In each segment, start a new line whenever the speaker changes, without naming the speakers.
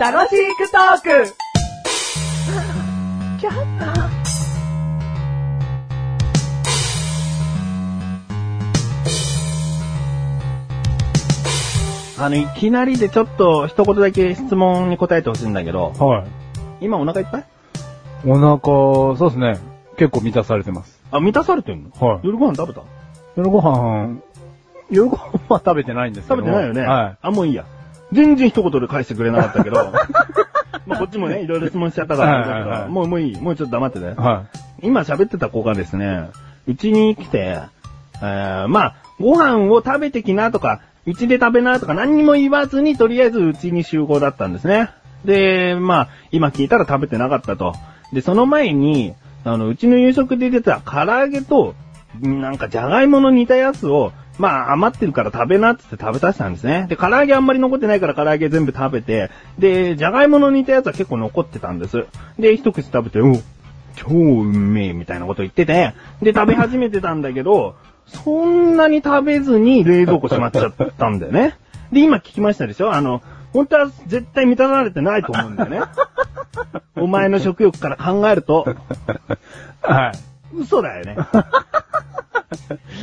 楽しくトーク
あの、いきなりでちょっと一言だけ質問に答えてほしいんだけど、
はい。
今お腹いっぱい
お腹、そうですね。結構満たされてます。
あ、満たされてんの
はい。
夜ご飯食べた
夜ご飯、夜ご飯は食べてないんですけど
食べ
も。
てないよね。
は
あ、もういいや。全然一言で返してくれなか ったけど、まあこっちもね、いろいろ質問しちゃったからあれだけど
はいはいはい
もうもういい。もうちょっと黙ってね
い。。は
今喋ってた子がですね、うちに来て、えー、まあ、ご飯を食べてきなとか、うちで食べなとか何にも言わずに、とりあえずうちに集合だったんですね。で、まあ、今聞いたら食べてなかったと。で、その前に、あの、うちの夕食で出てた唐揚げと、んなんかじゃがいもの煮たやつを、まあ余ってるから食べなっつって食べさせたんですね。で、唐揚げあんまり残ってないから唐揚げ全部食べて、で、じゃがいもの煮たやつは結構残ってたんです。で、一口食べて、うん、超うめえみたいなこと言ってて、で、食べ始めてたんだけど、そんなに食べずに冷蔵庫閉まっちゃったんだよね。で、今聞きましたでしょあの、本当は絶対満たされてないと思うんだよね。お前の食欲から考えると、
い。はい。
嘘だよね。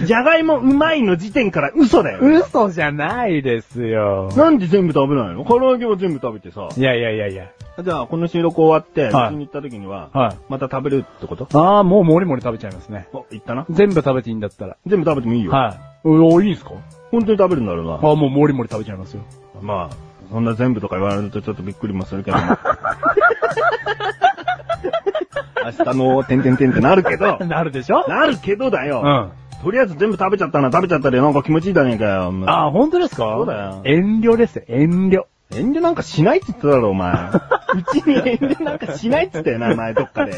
じゃがいもうまいの時点から嘘だよね。
嘘じゃないですよ。
なんで全部食べないの唐揚げは全部食べてさ。
いやいやいやいや。
じゃあ、この収録終わって、
はいう
ちに行った時には、
はい
また食べるってこと
ああ、もうもりもり食べちゃいますね。
お、行ったな。
全部食べていいんだったら。
全部食べてもいいよ。
はい。おいいんすか
本当に食べるんだろうな。
ああ、もうもりもり食べちゃいますよ。
まあ、そんな全部とか言われるとちょっとびっくりもするけど も。明日の、てんてんてんってなるけど、
なるでしょ
なるけどだ
う
よ
ん。、あ
とりあえず全部食べちゃったな、食べちゃったでなんか気持ちいいじゃねえかよ。
あ、本当ですか
そうだよ
遠慮ですよ、遠慮。
遠慮なんかしないって言ってただろ、お 前。うちに遠慮なんかしないって言ったよな、前どっかで。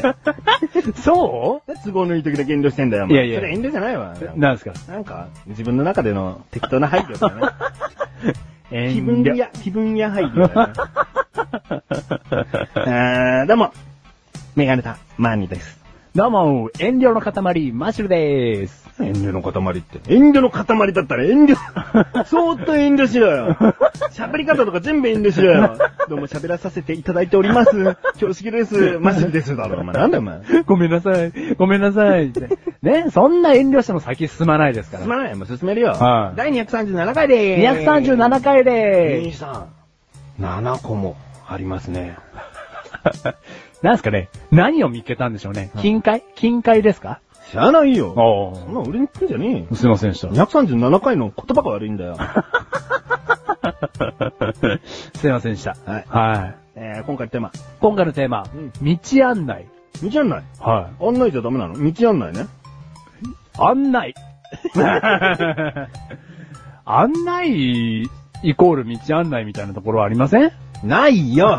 そ
都合のいい時だけ遠慮してんだよ、お前
いやいや
それ遠慮じゃないわ。
うなんですか
なんか、自分の中での適当な配慮だね。気分
遠慮
や、気分や配慮 だね。えー、どうも、メガネタ、マーニーです。
どうも、遠慮の塊、マシュルでーす。
遠慮の塊って。遠慮の塊だったら遠 慮、相当遠慮しろ よ。喋り方とか全部遠慮しろよ。どうも喋らさせていただいております。恐縮です。マジですだろ、お前。なんだお前。
ごめんなさい、ごめんなさい。ってね、そんな遠慮しても先進まないですか
す
ら。
まない、もう進めるよ。
はい
第237回でーす。
237回でー す。
23、7個もありますね。
なんすかね何を見つけたんでしょうね近海近海ですか
知らないよ。
お
そんな俺に聞くんじゃねえよ。
すいませんでした。
237回の言葉が悪いん だよ。
すいませんでした。
はい
はい。
えー、今回テーマ。
今回のテーマ、
うん
道案内。
道案内。
は
案内じゃダメなの道案内ね。
い。案内。案内イコール道案内みたいなところはありません
ないよ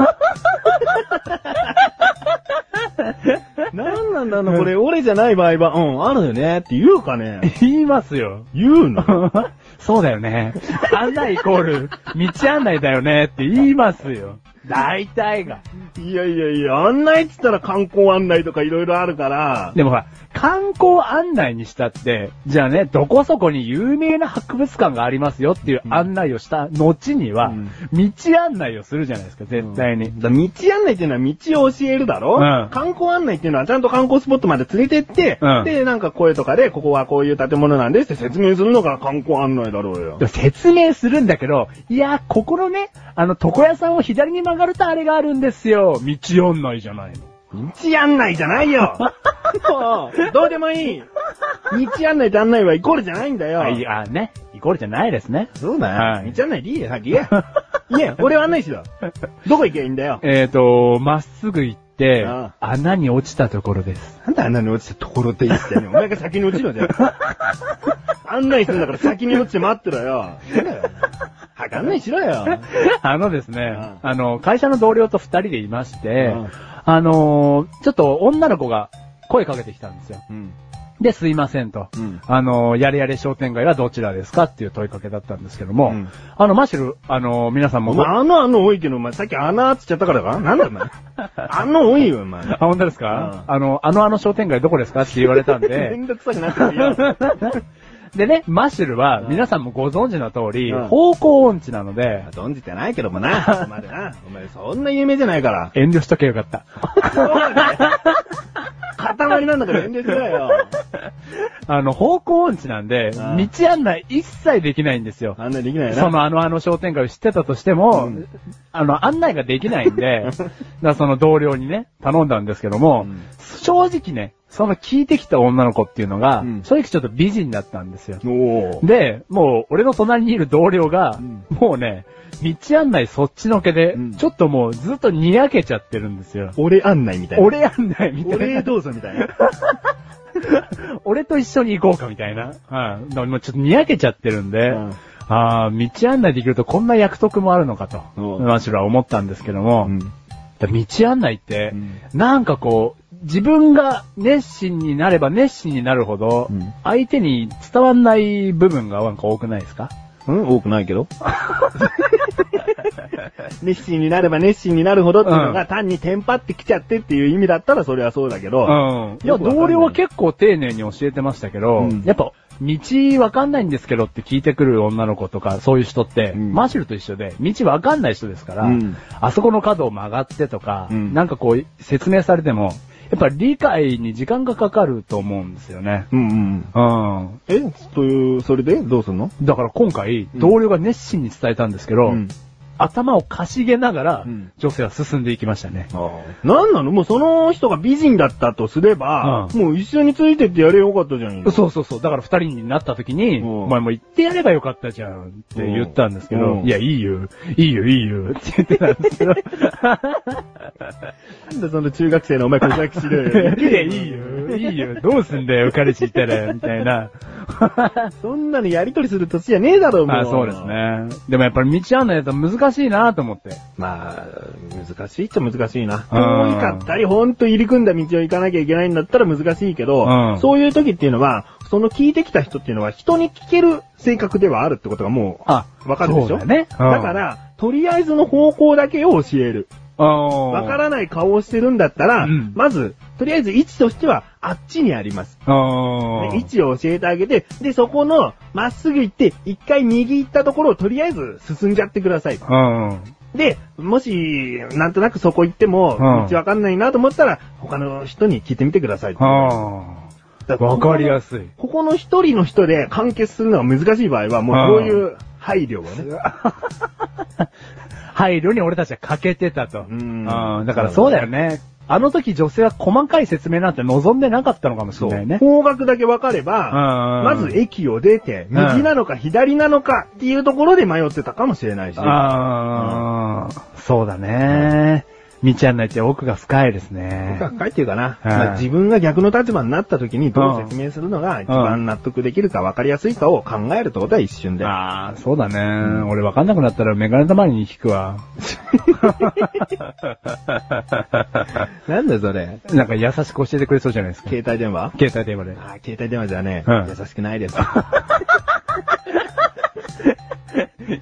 なんなんだろう、これ、俺じゃない場合は、うん、あるよねって言うかね
言いますよ。
言う の
そうだよね。案内イコール道案内だよねって言いますよ。大体が。
いやいやいや、案内っつったら観光案内とかいろいろあるから、
でもほら、観光案内にしたって、じゃあね、どこそこに有名な博物館がありますよっていう案内をした後には、
うん
道案内をするじゃないですか、絶対に。
だ道案内っていうのは道を教えるだろ、
うん
観光案内っていうのはちゃんと観光スポットまで連れてって、
うん
で、なんか声とかで、ここはこういう建物なんですって説明するのが観光案内だろうよ。
説明するんだけど、いや、ここのね、あの、床屋さんを左に曲がるとあれがあるんですよ。道案内じゃないの。
道案内じゃないよもう、 どうでもいい道案内と案内はイコールじゃないんだよ
あ、いや、ね、イコールじゃないですね。
そうだよ。
はい
道案内でいいよ、先言え。言え、俺は案内しろ。どこ行けばいいんだよ。
えーと、まっすぐ行って
あ、
穴に落ちたところです。
なんであんなに落ちたところって言ってんのお前が先に落ちろじゃん。案内するんだから先に落ちて待ってろよ。なんだよ早く案内しろよ。
あのですね
あ、
あの、会社の同僚と二人でいまして
あ、
あのー、ちょっと女の子が声かけてきたんですよ。
うん。
で、すいませんと。
うん
あのー、やれやれ商店街はどちらですかっていう問いかけだったんですけども、
うん
あの、マシュル、あのー、皆さんも
お
ご
前、あの穴多いけど、お前さっき穴っつっちゃったからかなんだよ、お 前。穴多いよ、お前。
あ、本当ですか、
うん
あの、あのあの商店街どこですかって言われたん で、
めんどくさくなってるよ。
でね、マッシュルは
うん
皆さんもご存知の通り、
うん
方向音痴なので、
存じてないけどもな。お前な。お前そんな有名じゃないから。
遠慮しとけよかった。
そうだね。塊なんだから遠慮しろよ。
あの、方向音痴なんで、
うん
道案内一切できないんですよ。
あんなにできないな。
そのあのあの商店街を知ってたとしても、
うん
あの案内ができない んで、だからその同僚にね、頼んだんですけども、
うん
正直ね、その聞いてきた女の子っていうのが、
うん
正直ちょっと美人だったんですよ。
おー
で、もう俺の隣にいる同僚が、
うん
もうね、道案内そっちのけで、
うん
ちょっともうずっとにやけちゃってるんですよ。
俺案内みたいな。
俺案内みたい
俺
な。
どうぞみたいな。
俺と一緒に行こうかみたいな。うん。でももうちょっとにやけちゃってるんで、
うん
ああ、道案内できるとこんな約束もあるのかと、
うん
マシュルは思ったんですけども、
うん
だから道案内って、
うん
なんかこう、自分が熱心になれば熱心になるほど、
うん
相手に伝わんない部分がなんか多くないですか
うん多くないけ ど。熱心になれば熱心になるほどっていうの
う
が単にテンパってきちゃってっていう意味だったらそれはそうだけど。
うん。いや、
よくわかんない
同僚は結構丁寧に教えてましたけど、
うん
やっぱ、道わかんないんですけどって聞いてくる女の子とか、そういう人って、
うん
マシュルと一緒で、道わかんない人ですから、
うん
あそこの角を曲がってとか、
うん
なんかこう、説明されても、やっぱ理解に時間がかかると思うんですよね。
うんうん。
うん。
え、という、それでどうすんの
だから今回、
うん
同僚が熱心に伝えたんですけど、
うん
頭をかしげながら、
うん
女性は進んでいきましたね。
なんなのもうその人が美人だったとすれば、
う
もう一緒についてってやれよかったじゃん。
そうそうそう。だから二人になった時に、
うん
お前も行ってやればよかったじゃんって言ったんですけ
う
ど、
ん
いや、いいよ、いいよ、いいよって言ってたんですけど、
なんでその中学生のお前告白 しろよ。
いや、いいよ、いいよ、どうすんだよ、彼氏いたら、みたいな。
そんなのやりとりする年じゃねえだろ、もう。
まあそうです。ね。でもやっぱり道案内だと難しいなと思って。
まあ、難しいっちゃ難しいな。
うん
遠いかったり、ほんと入り組んだ道を行かなきゃいけないんだったら難しいけど、
うん
そういう時っていうのは、その聞いてきた人っていうのは人に聞ける性格ではあるってことがもう、
あ、
わかるでしょ
そうだね。
だから、とりあえずの方向だけを教える。
うん、
わ
わ
からない顔をしてるんだったら、
うん
まず、とりあえず位置としては、あっちにあります。
うん。
で位置を教えてあげて、で、そこの、まっすぐ行って、一回右行ったところをとりあえず進んじゃってください。
うん。
で、もし、なんとなくそこ行っても
うん、
道わかんないなと思ったら、他の人に聞いてみてください。
う
だ
ん。わかりや
すい。
すい。
ここの一人の人で完結するのが難しい場合は、もうこういう配慮をね。
配慮に俺たちは欠けてたと。
うん
だからそうだよね。あの時女性は細かい説明なんて望んでなかったのかもしれないね。
方角だけ分かれば、
うん
まず駅を出て、
うん
右なのか左なのかっていうところで迷ってたかもしれないし。
ああ、そうだね。道案内って奥が深いですね
僕。は深いっていうかな、
うん
まあ自分が逆の立場になった時にどう説明するのが一番納得できるか分かりやすいかを考えるってことは一瞬で。
ああ、そうだね。俺わかんなくなったらメガネ玉に引くわ。
なんだよそれ。
なんか優しく教えてくれそうじゃない ですか。
携帯電話
携帯電話で。
あー携帯電話じゃね、
うん
優しくないです。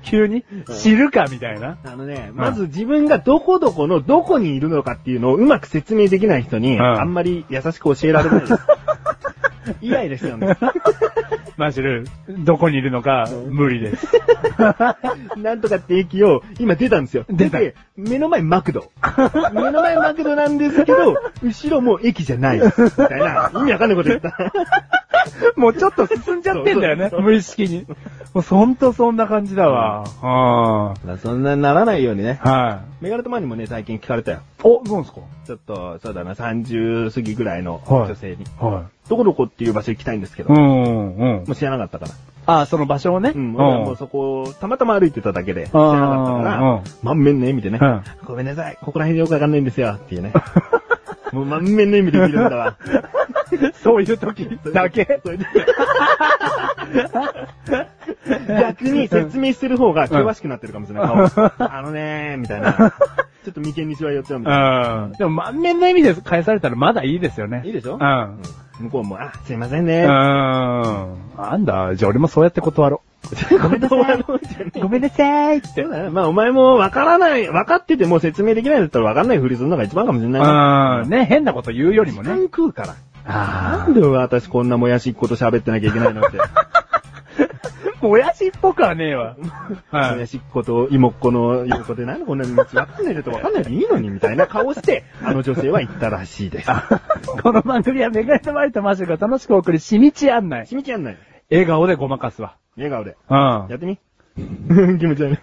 急に知るかみたいな。
あのね、まず自分がどこどこのどこにいるのかっていうのをうまく説明できない人に、
うん
あんまり優しく教えられない です。イライラしちゃうんです。
マジル、どこにいるのか無理です。
なんとかって駅を、今出たんですよ。
出た
で目の前マク ド。目の前マクドなんですけど、後ろもう駅じゃないです。みたい な、意味わかんないこと言った。
もうちょっと進んじゃってんだよね
そうそう。そう
無意識に。もうほんとそんな感じだわ。は
そんなならないようにね。
い。は
メガネとマにもね、最近聞かれたよ。
い。お、どうですか
ちょっと、そうだな、30過ぎぐらいの
はい
女性に、
は
どこどこっていう場所行きたいんですけ
い。う
ど、
ん、うん
も。う知らなかったから。
ああ、その場所をね。
うん、俺はもうそこをたまたま歩いてただけで、知らなかった
うんうん
から、満面の笑みでね、
う
ごめんなさい、ここら辺でよくわかんないんですよ、っていうね。 もう満面の笑みで聞いてたわ。
そういう時だけ。
それで逆に説明してる方が険しくなってるかもしれない。顔あのねー、みたいな。ちょっと眉間にしわ寄っちゃうみ
う
たい
ん。でも満面の意味で返されたらまだいいですよね。
な。いいでしょ
うん。
向こうも、あ、すいません
う
ね
ん。。なんだ、じゃあ俺もそうやって断ろ
ごめんなさい。
う。ごめんなさいって。
そうだね。まあ、お前もわからない、分かってても説明できないんだったら分かんないふりするのが一番かもしれ
う
ないな。
ん。ね、変なこと言うよりも
時
ね
間。食うから。
あ
なんで私こんなもやしっこと喋ってなきゃいけないのって。
もやしっぽくはねえわ。は
もやしっこと、妹っ子の横でなんでこんなに道分かんないのと分かんないでいいのにみたいな顔して、あの女性は言ったらしいです。
い。 この番組はメガネとマリとマシュが楽しくお送り、しみち案内。
しみちゃんない。
笑顔でごまかすわ。
笑顔で。
うん。
やってみ 気持ち悪い。